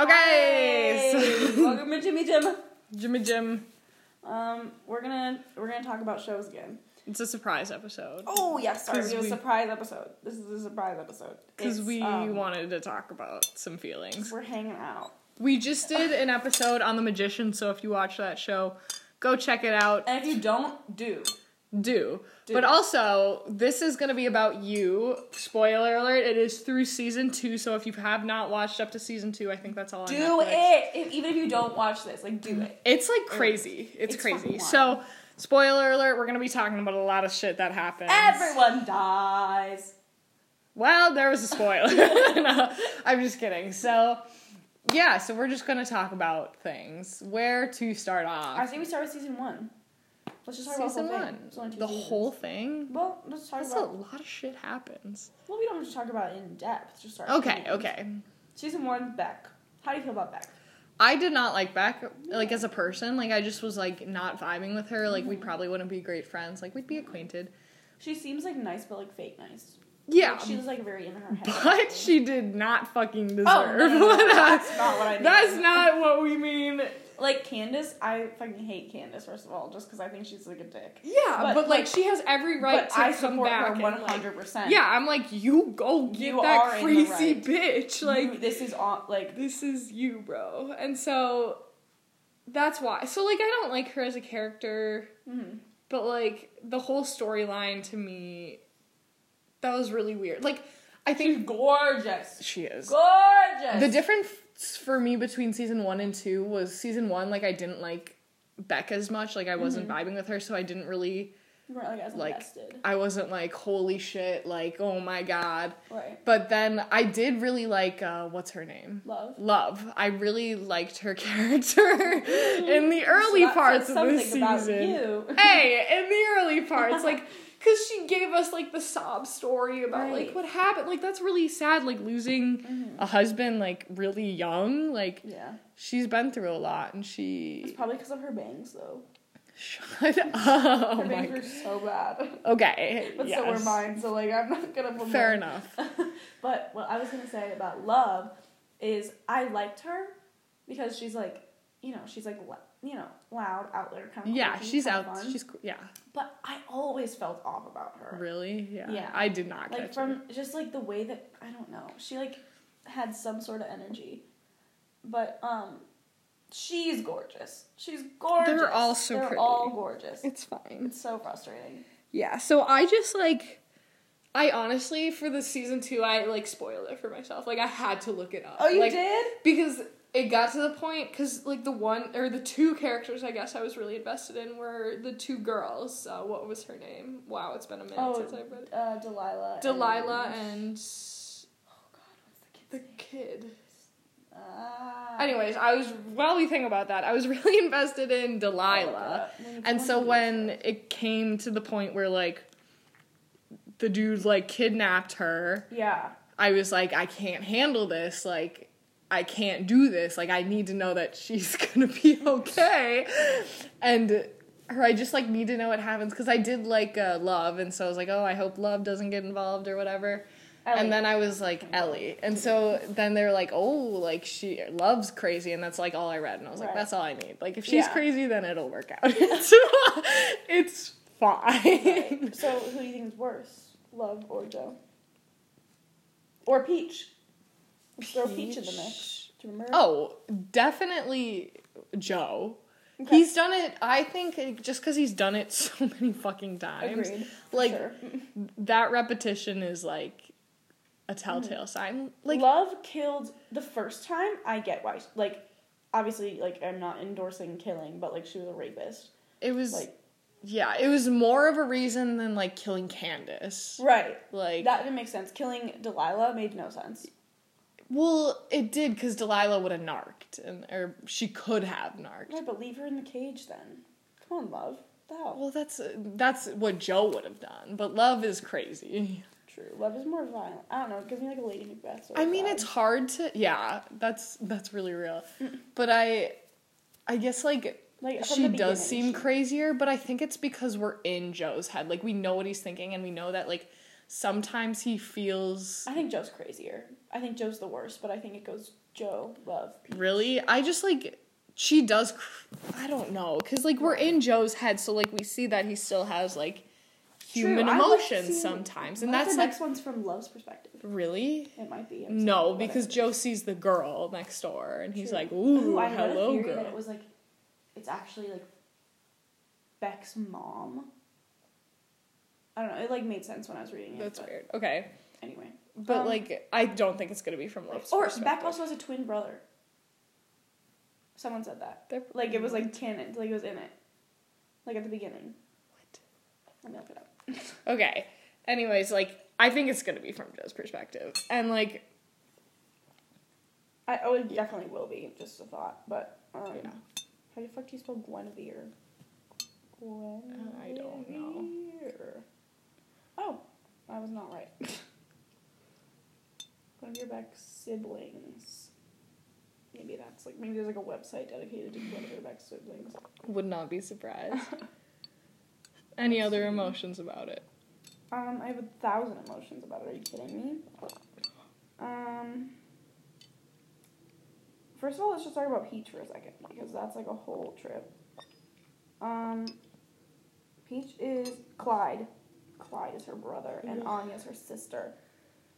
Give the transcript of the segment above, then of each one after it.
Okay, Hey, so- welcome to Jimmy Jim. Jimmy Jim, Um, we're gonna we're gonna talk about shows again. it's a surprise episode Oh yeah, sorry, 'Cause it was we- a surprise episode. This is a surprise episode because It's, we um, wanted to talk about some feelings. We're hanging out, We just did an episode on The Magician, so if you watch that show, go check it out. and if you don't, do Do. Do. But also, this is going to be about you. Spoiler alert, it is through season two, so if you have not watched up to season two, I think that's all on do Netflix. it. If, even if you don't watch this, like do it. It's like crazy. It's, It's fucking crazy. wild. So, spoiler alert, we're going to be talking about a lot of shit that happens. Mm-hmm. Everyone dies. Well, there was a spoiler. No, I'm just kidding. So, yeah, so we're just going to talk about things. Where to start I off? think we start with season one. Let's just talk Season about the whole one. thing. It's only two The seasons. whole thing? Well, let's talk That's a about. lot of shit happens. Well, we don't have to talk about it in depth. Just start. Okay, okay. Season one, Beck. How do you feel about Beck? I did not like Beck, like as a person. Like, I just was like not vibing with her. Like, we Mm-hmm. probably wouldn't be great friends. Like, we'd be acquainted. She seems like nice, but like fake nice. Yeah. Like, she was like very in her head. But she did not fucking deserve Oh, no, no, no, what I- that's not what I mean. That's not what we mean. like Candace, I fucking hate Candace first of all, just because I think she's like a dick. Yeah, But, but, like, like- she has every right but to I come support back. her and, one like, hundred percent. yeah, I'm like, you go get You are that in the crazy right. bitch. Like, like this is on like this is you, bro. And so that's why. So like I don't like her as a character, mhm. but like the whole storyline to me that was really weird. Like I she's think gorgeous, she is. gorgeous. The difference for me between season 1 and 2 was season 1 like I didn't like Beck as much, like I wasn't Mm-hmm. vibing with her, so I didn't really you weren't like as like invested, I wasn't like holy shit, like oh my god. right? But then I did really like uh what's her name? Love. Love. I really liked her character in the early So that parts says of the something about season. you. Hey, in the early parts, like, because she gave us like the sob story about like Right. Mm-hmm. what happened. Like that's really sad. Like losing a husband like really young. Like Yeah, she's been through a lot, and it's she probably because of her bangs though. shut up. Oh my. Her bangs God. are so bad, Okay. but yes. so were mine. So like I'm not gonna. Lament. Fair enough. but what I was gonna say about love is I liked her because she's like, you know, she's like, lo- you know, loud out there kind of. Yeah, quirky, she's kinda out. fun. She's cool. Yeah. But I always felt off about her. Really? Yeah. Yeah. I did not catch Like it. from just like the way that I don't know, she like had some sort of energy, but um, she's gorgeous. She's gorgeous. all so They're pretty. all gorgeous. It's fine. It's so frustrating. Yeah, so I just like I honestly for the season 2 I like spoiled it for myself. Like I had to look it up. Oh, you Like, did? Because it got to the point cuz like the one or the two characters I guess I was really invested in were the two girls. Uh, what was her name? Wow, it's been a minute Oh, since I read it. Uh, Delilah. and- Delilah and Oh God, what's the kid's the name? kid. Ah. Anyways, I was while we think about that, I was really invested in Delilah. And so when it came to the point where like the dude like kidnapped her, yeah, I was like I can't handle this. Like I can't do this. Like I need to know that she's going to be okay. And her I just like need to know what happens cuz I did like uh, love and so I was like, "Oh, I hope love doesn't get involved or whatever." Ellie. And then I was like Ellie, and so then they were like, "Oh, like she loves crazy," and that's like all I read, and I was like, Right. "That's all I need." Like if she's Yeah. crazy, then it'll work out. it's, it's fine. so who do you think is worse, Love or Joe, or Peach? Let's Throw Peach in the mix. Do you remember? Oh, definitely Joe. Okay. He's done it. I think just because he's done it so many fucking times, agreed. like Sure. that repetition is like a telltale Mm. sign. Like Love killed the first time. I get why. Like, obviously, like I'm not endorsing killing, but like she was a rapist. it was. Like, yeah, it was more of a reason than like killing Candace. right. Like That didn't make sense. Killing Delilah made no sense. Well, it did because Delilah would have narked, and or she could have narked. Right, but leave her in the cage then. Come on, love. What The hell? Well, that's that's what Joe would have done. But love is crazy. True. Love is more violent. I don't know. It gives me like a Lady Macbeth. sort I of mean, vibe. it's hard to yeah. That's that's really real. But I, I guess like. Like, from she the does beginning, seem crazier, but I think it's because we're in Joe's head. Like we know what he's thinking, and we know that like sometimes he feels I think Joe's crazier. I think Joe's the worst, but I think it goes Joe, love. really i just like she does cr- i don't know because like we're in joe's head so like we see that he still has like human True, I like emotions seeing- sometimes and What if that's the like next one's from love's perspective. really It might be. I'm no sorry, because whatever. joe sees the girl next door and he's True. like ooh I read a hello theory That it girl was like, it's actually like Beck's mom. I don't know. It like made sense when I was reading it. that's but weird okay Anyway, but Um, like i don't think it's gonna be from love's or perspective. Beck also has a twin brother. Someone said that. They're- Like it was like canon. Like it was in it. Like at the beginning. Let me look it up. Okay. Anyways, like I think it's gonna be from Joe's perspective, and like I oh it definitely will be. Just a thought, but um, Yeah. how the fuck do you spell Guinevere? Guinevere. I don't know. Oh, I was not right. Guinevere Beck's siblings. Maybe that's like maybe there's like a website dedicated to Guinevere Beck's siblings. would not be surprised. Any other emotions about it? Um, I have a thousand emotions about it. Are you kidding me? Um. First of all, let's just talk about Peach for a second because that's like a whole trip. Um, Peach is Clyde. Clyde is her brother, and Anya's her sister,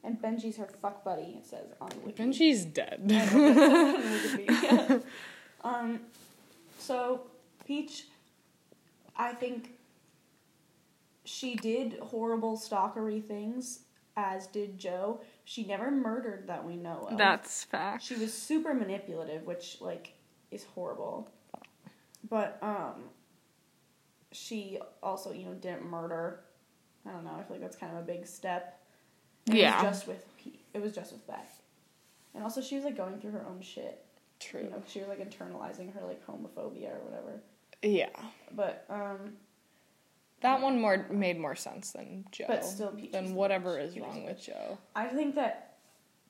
and Benji's her fuck buddy. It says on Wiki. Benji's dead. I know, but it says on Wikipedia. um, so Peach, I think she did horrible stalkery things, as did Joe. She never murdered that we know of. fact. she was super manipulative, which like is horrible. But um, she also you know didn't murder. I don't know. I feel like that's kind of a big step. And Yeah. It was just with P- it was just with Beck, and also she was like going through her own shit. You True. know, she was like internalizing her like homophobia or whatever. Yeah. But um, That one more made more sense than Joe. But still, Peach is than the whatever worst. is wrong with Joe. I think that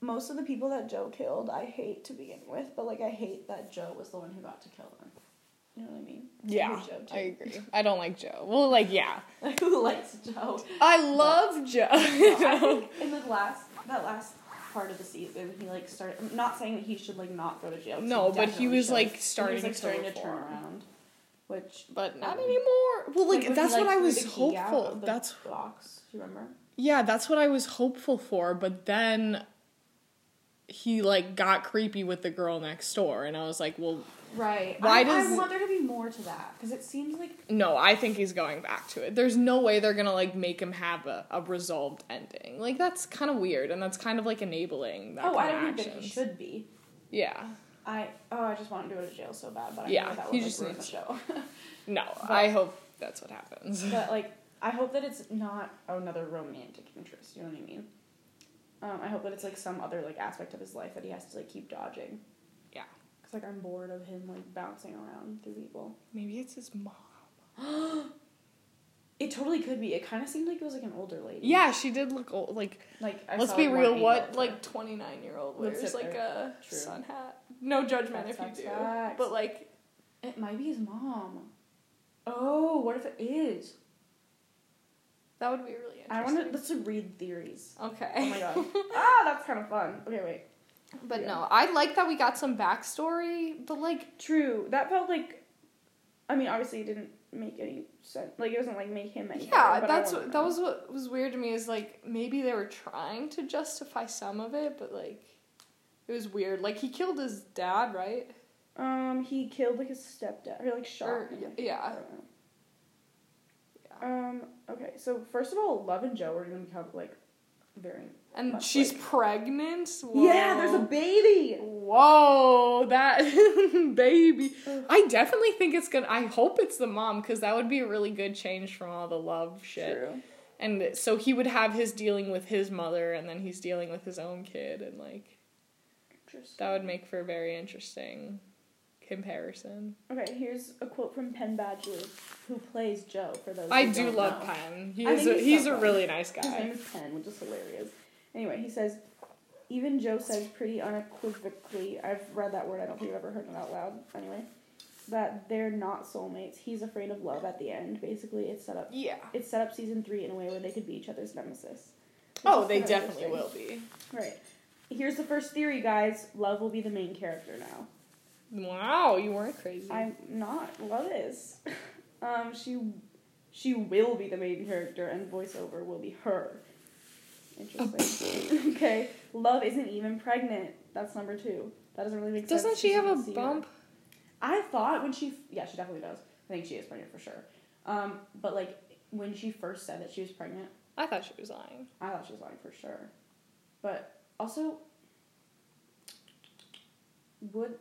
most of the people that Joe killed, I hate to begin with, but like I hate that Joe was the one who got to kill them. You know what I mean? I Yeah, hate Joe too. I agree. I don't like Joe. Well, like yeah, who likes Joe? I love Joe. No, I think in the last that last part of the season, he like started. I'm not saying that he should like not go to jail. 'cause No, but he definitely was, should. like, He starting to starting to turn reform. around, which but not Um, anymore. Well, like, when he, that's what I threw was the key out hopeful. of the That's box. Do you remember? Yeah, that's what I was hopeful for, but then he like got creepy with the girl next door and I was like, "Well, Right. Why I, does- I want there to be more to that because it seems like no, I think he's going back to it. There's no way they're going to like make him have a, a resolved ending. Like that's kind of weird and that's kind of like enabling that oh, I kind don't of think that he actions. should be. Yeah. I oh, I just want to go to jail so bad, but I Yeah, know that he would like, just ruin the needs- show. No, I hope that's what happens. but like, I hope that it's not another romantic interest. You know what I mean? Um, I hope that it's like some other like aspect of his life that he has to like keep dodging. Yeah. Cause like I'm bored of him like bouncing around through people. Maybe it's his mom. It totally could be. It kind of seemed like it was like an older lady. Yeah, she did look old. Like Like I let's saw be one real, angle what of her. like 29-year-old Looks wears at like a her. True. sun hat. No judgment Facts, if facts, you do. facts. But like It might be his mom. Oh, what if it is? That would be really interesting. I want to let's read theories. Okay. Oh my god. ah, that's kind of fun. Okay, wait. but Yeah. no, I like that we got some backstory, but like, True. That felt like. I mean, obviously, it didn't make any sense. Like, it doesn't like make him any. yeah, better, but I that's wanna what, know. that was what was weird to me is like maybe they were trying to justify some of it, but like it was weird. Like he killed his dad, right? Um, he killed like his stepdad or like shot. Or- him, I yeah, think. yeah. I don't know. Um. Okay. So first of all, Love and Joe are gonna become like very. And Much she's like- pregnant. Yeah, there's a Whoa. baby. Whoa, that baby. Ugh. I definitely think it's gonna. I hope it's the mom because that would be a really good change from all the love shit. True. And so he would have his dealing with his mother, and then he's dealing with his own kid, and like Interesting. that would make for a very interesting comparison. Okay, here's a quote from Penn Badgley, who plays Joe. For those I who do don't love know. Penn. I He's think a, he's he's so a funny. really nice His name guy. is Penn, which is hilarious. Anyway, he says, even Joe says pretty unequivocally, I've read that word, I don't think I've ever heard it out loud, anyway, that they're not soulmates. He's afraid of love at the end. Basically, it's set up. Yeah. It's set up season three in a way where they could be each other's nemesis. Oh, they That's definitely interesting. will be. Right. Here's the first theory, guys. Love will be the main character now. Wow, you weren't crazy. I'm not. Love is. Um, she, she will be the main character, and voiceover will be her. Interesting. okay. Love isn't even pregnant. That's number two. That doesn't really make sense. Doesn't she have a since we see her. bump? I thought when she, yeah, she definitely does. I think she is pregnant for sure. Um, but like when she first said that she was pregnant, I thought she was lying. I thought she was lying for sure. But also, would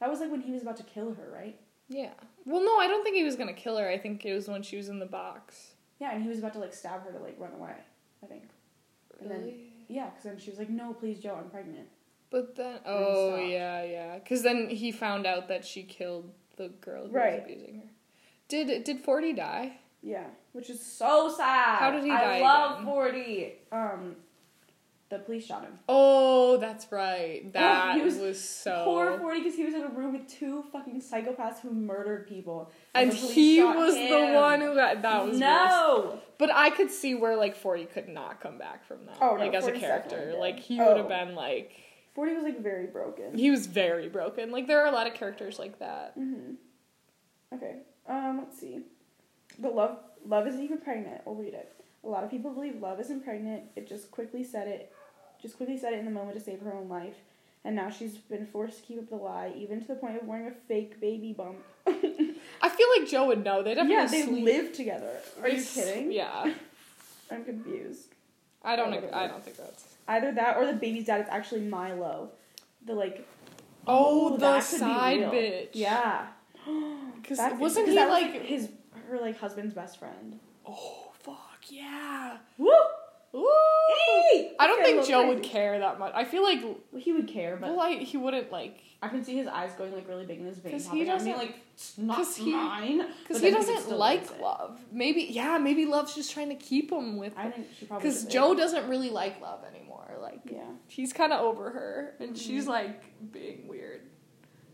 that was like when he was about to kill her, right? Yeah. Well, no, I don't think he was gonna kill her. I think it was when she was in the box. Yeah, and he was about to like stab her to like run away. I think. And then- Really? Yeah, because then she was like, "No, please, Joe, I'm pregnant." But then, he oh stopped. yeah, yeah. Because then he found out that she killed the girl who Right. was abusing her. Did did Forty die? Yeah, which is so sad. How did he I die love again? forty. Um, the police shot him. Oh, that's right. That he was was, so. Poor Forty, because he was in a room with two fucking psychopaths who murdered people, And the police he shot was him. the one who got that was worse. no. But I could see where like Forty could not come back from that. Oh, no, like as a 40 's definitely character, dead. like he Oh. would have been like Forty was like very broken. he was very broken. Like there are a lot of characters like that. hmm Okay. Um. Let's see. The love love isn't even pregnant. We'll read it. A lot of people believe love isn't pregnant. It just quickly said it, just quickly said it in the moment to save her own life, and now she's been forced to keep up the lie, even to the point of wearing a fake baby bump. I feel like Joe would know. They definitely yeah, they sleep. live together. Are you It's- kidding? Yeah, I'm confused. I don't. I ag- would've I lived. don't think that's. Either that or the baby's dad is actually Milo. The like. Oh, the that could be side real. bitch. Yeah. because That's- wasn't 'cause he that was, like? his her like husband's best friend? Oh fuck yeah! Woo! Ooh. Hey! I don't Okay, think well, Joe would crazy. care that much. I feel like Well, he would care, but well, I, he wouldn't like I can see his eyes going like really big in his vein. 'Cause popping he out. I mean, doesn't- like it's not 'cause he- mine. because but he then could doesn't still use like it. love. Maybe yeah, maybe love's just trying to keep him with. I think she probably Because did it. Joe doesn't really like love anymore. Like Yeah. he's kind of over her, and she's Mhm. like being weird.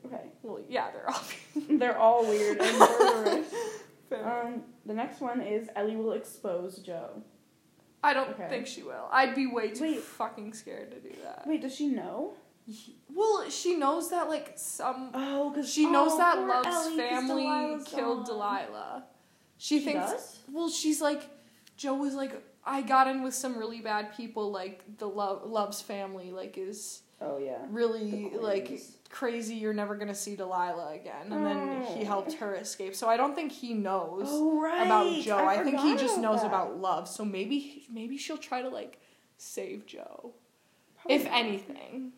Okay. Well, yeah, they're all They're all weird and murderous. fair. um, the next one is Ellie will expose Joe. I don't Okay. think she will. I'd be way too Wait. fucking scared to do that. Wait, does she know? Well, she knows that like some Oh, because she knows that Love's family killed Delilah. She, She thinks does? well, she's like Joe was like I got in with some really bad people like the Love Love's family like is Oh yeah. really The like queens. crazy you're never going to see Delilah again and then he Oh. helped her escape. So I don't think he knows. Oh right. about Joe. I, think he Oh, forgot just knows that. about love. So maybe maybe she'll try to like save Joe. Probably if not. anything.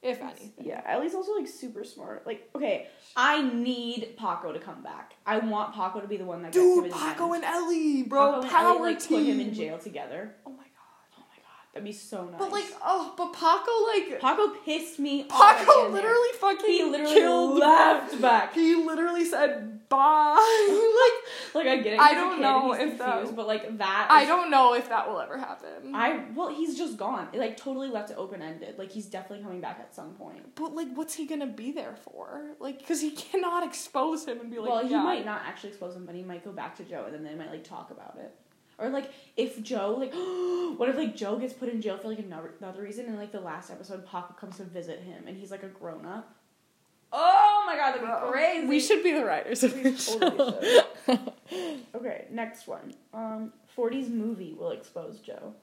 If anything. Yeah, Ellie's also like super smart. Like, okay, I need Paco to come back. I want Paco to be the one that gets him in Dude, the Paco end. and Ellie, bro, Paco and power Ellie, like, team. put him in jail together. Oh my god. Oh my god, that'd be so nice. But like, oh, but Paco like Paco pissed me off. Paco in there. literally fucking he literally killed laughed back. He literally said bye. like Like, I get it. I he's a don't kid, know he's if that- confused, but like that. I is- don't know if that will ever happen. I well, he's just gone. It, like totally left it open ended. Like he's definitely coming back at some point. but like, what's he gonna be there for? Like, because he cannot expose him and be like, well, he yeah, might not actually expose him, but he might go back to Joe, and then they might like talk about it. Or like if Joe like, what if like Joe gets put in jail for like another, another reason, and like the last episode, Papa comes to visit him, and he's like a grown up. Oh my god, that'd be Bro, crazy. We should be the writers of We this totally show. Okay, next one. Um, 40's movie will expose Joe,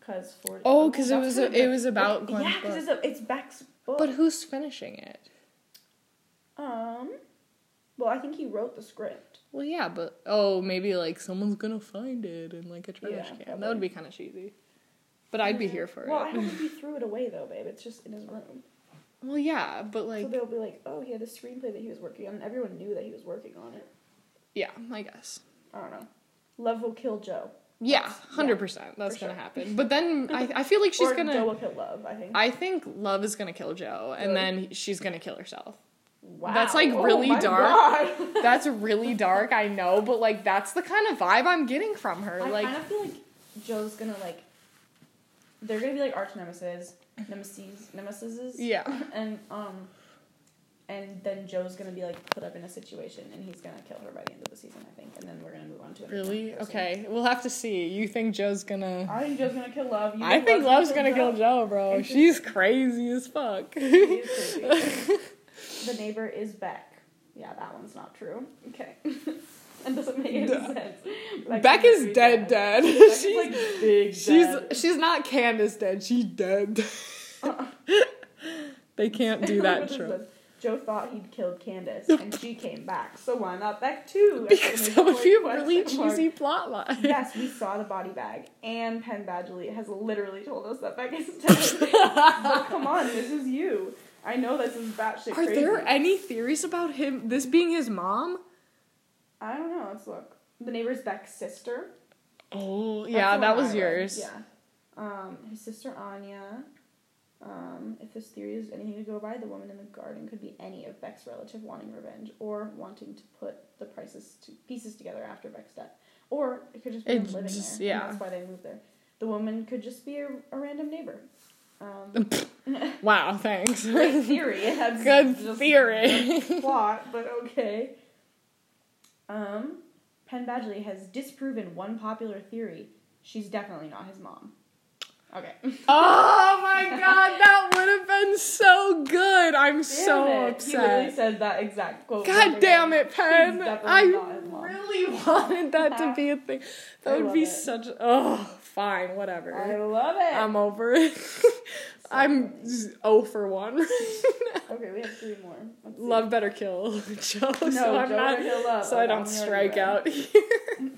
cause 40. Oh, 'cause it that's was- kind of it was about yeah, Gwen's because it's a, it's Beck's book. But who's finishing it? um, well, I think he wrote the script. Well, yeah, but oh, maybe like someone's gonna find it in like a trash Yeah, can. probably. That would be kind of cheesy. But I'd be here for Well, I it. don't think he threw it away though, babe. It's just in his room. well, yeah, but like, so they'll be like, oh, he had a screenplay that he was working on. and Everyone knew that he was working on it. yeah, I guess. I don't know. Love will kill Joe. Yeah, That's- yeah, hundred percent. That's for gonna sure. happen. But then I, I feel like she's or gonna. Joe will kill Love. I think. I think love is gonna kill Joe, and Really? then she's gonna kill herself. wow. Oh that's, like, really my dark. God. That's really dark, I know, but like that's the kind of vibe I'm getting from her. I like, kind of feel like Joe's gonna like. They're gonna be like arch nemesis, nemesis, nemesis. yeah. And um, and then Joe's gonna be like put up in a situation, and he's gonna kill her by the end of the season, I think, and then we're gonna move on to another Really? person. Okay, we'll have to see. You think Joe's gonna? I think Joe's gonna kill Love. You I think Love's gonna kill Joe, bro. Interesting. She's crazy as fuck. She is crazy. the neighbor is back. Yeah, that one's not true. Okay. That doesn't make any Duh. sense. Beck is very dead, dead. Beck is, She's- like big She's dead. she's not Candace dead. She's dead. they can't do What that is trope. this? Joe thought he'd killed Candace, and she came back. So why not Beck too? Because that would be a really Question mark. cheesy plot line. Yes, we saw the body bag, and Penn Badgley has literally told us that Beck is dead. but come on, this is you. I know this is batshit Are crazy. there any theories about him this being his mom? I don't know. Let's look. The neighbor's Beck's sister. Oh That's yeah, the that one was I read. yours. Yeah. Um, his sister Anya. Um, if this theory is anything to go by, the woman in the garden could be any of Beck's relative wanting revenge or wanting to put the prices to, pieces together after Beck's death, or it could just be It him living just- there. and yeah. that's why they moved there. The woman could just be a, a random neighbor. Um, Wow, thanks. great theory. It has Good just theory. the plot, but okay. Um, Penn Badgley has disproven one popular theory. She's definitely not his mom. Okay. Oh my god, that would have been so good. I'm so Damn it. He literally upset. says that exact quote. God damn it, Pen! definitely I not his mom. really wanted that to be a thing. I That would love be it. such. Oh, fine, whatever. I love it. I'm over it. I'm z- 0 for 1. okay, we have three more. Let's see. Oh, love better kill Joe, No, so I'm Joe not, Hill Love. so I Oh, don't I'm the other strike way. out here. Oh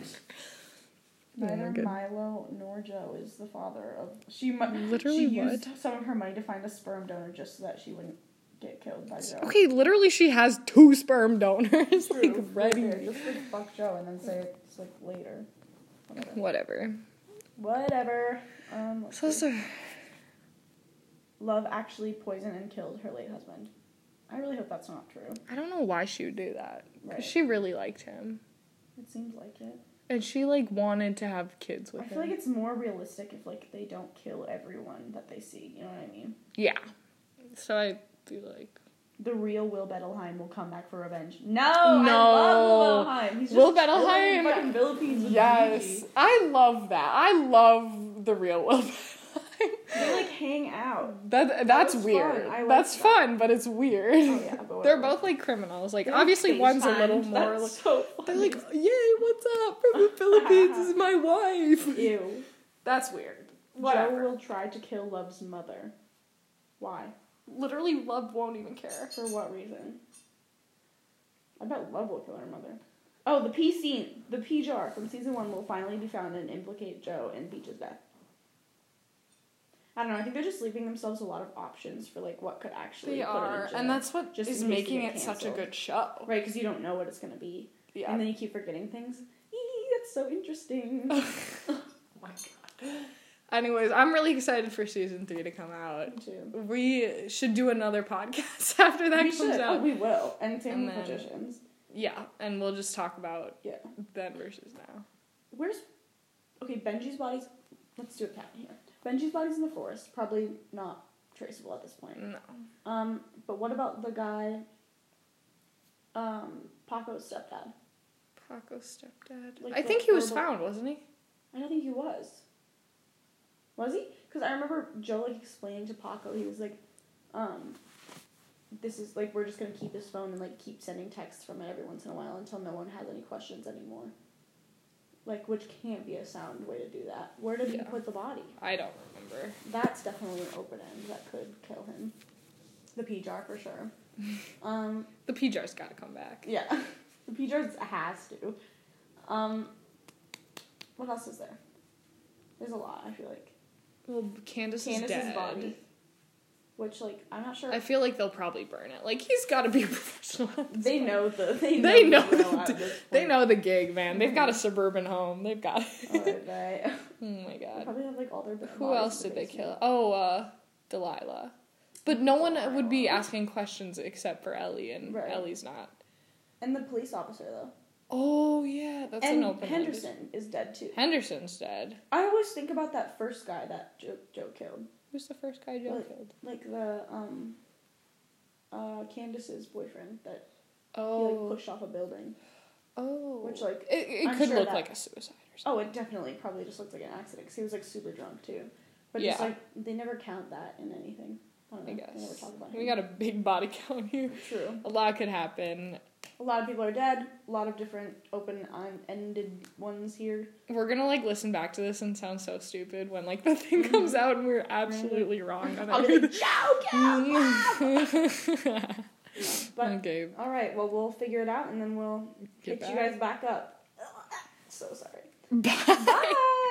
my Neither God. Milo nor Joe is the father of. She mu- Literally she used some of her money to find a sperm donor just so that she wouldn't get killed by Joe. Okay, literally, she has two sperm donors, True. like, Right there. ready. Just like fuck Joe and then say it's like later. Whatever. Whatever. Whatever. Um, let's So, see. so Love actually poisoned and killed her late husband. I really hope that's not true. I don't know why she would do that. Because Right. she really liked him. It seems like it. And she, like, wanted to have kids with I him. feel like it's more realistic if like they don't kill everyone that they see. You know what I mean? yeah. So I feel like. The real Will Bettelheim will come back for revenge. No, I love Will No. Bettelheim. He's just Will chilling Bettelheim- in fucking Philippines. With Yes. Gigi. I love that. I love the real Will they like hang out. That that's was fun. weird. I liked That's that. fun, but it's weird. Oh yeah, but They're whatever. both like criminals. Like They're like obviously one's a little FaceTimed. more. That's so funny. they're like, yay, what's up from the Philippines? this is my wife. Ew. That's weird. Joe Whatever. will try to kill Love's mother. Why? Literally, love won't even care. For what reason? I bet Love will kill her mother. Oh, the pea scene, the pea jar from season one will finally be found and implicate Joe in Peach's death. I don't know. I think they're just leaving themselves a lot of options for like what could actually. They put her in are, jail. and that's what Just is in case making they it get such a canceled. good show. right because you don't know what it's gonna be, Yeah. and then you keep forgetting things. Eee, that's so interesting. Oh Anyways, I'm really excited for season three to come out. Me too. We should do another podcast after that we comes should. out. Oh, we will. And same And with then- magicians. yeah, and we'll just talk about Yeah. then versus now. Where's okay? Benji's body's. Let's do a count here. Benji's body's in the forest. Probably not traceable at this point. No. Um, but what about the guy? Um, Paco's stepdad. Paco's stepdad. Like I the think he was horrible- found, wasn't he? I don't think he was. Was he? Because I remember Joe like explaining to Paco. He was like, um, this is like we're just gonna keep his phone and like keep sending texts from it every once in a while until no one has any questions anymore. Like, which can't be a sound way to do that. Where did he Yeah. put the body? I don't remember. That's definitely an open end that could kill him. The P jar for sure. um, The PJ's got to come back. yeah, the P jar has to. Um, what else is there? There's a lot. I feel like Well, Candace is Candace's dead. body, which like I'm not sure. I feel like they'll probably burn it. Like he's got to be a professional. at this they point. know the they know, They the know drill the- at this They point. know the gig, man. They've got a Mhm. suburban home. They've got. Oh, right. oh my They god. probably have like all their. Who bodies else in did the they basement. kill? Oh, uh, Delilah. But no one would be Delilah. asking questions except for Ellie, and Right. Ellie's not. And the police officer though. Oh yeah, that's an and open. Henderson is dead too. Henderson's dead. I always think about that first guy that Joe, Joe killed. Who's the first guy Joe Well, killed? like the um uh uh, Candace's boyfriend that he like Oh. pushed off a building, Oh. which like it it I'm could sure look that- like a suicide or something. oh it definitely probably just looked like an accident because he was like super drunk too, but it's Yeah. like they never count that in anything. I, don't know. I They never guess. talk about We him. got a big body count here. true. A lot could happen. A lot of people are dead. A lot of different open um, ended ones here. We're gonna like listen back to this and sound so stupid when like the thing comes out and we're absolutely wrong on Mm-hmm. I'll be everything. like, joke. But okay, all right, well we'll figure it out and then we'll Get hit you guys back up. So sorry. bye. Bye.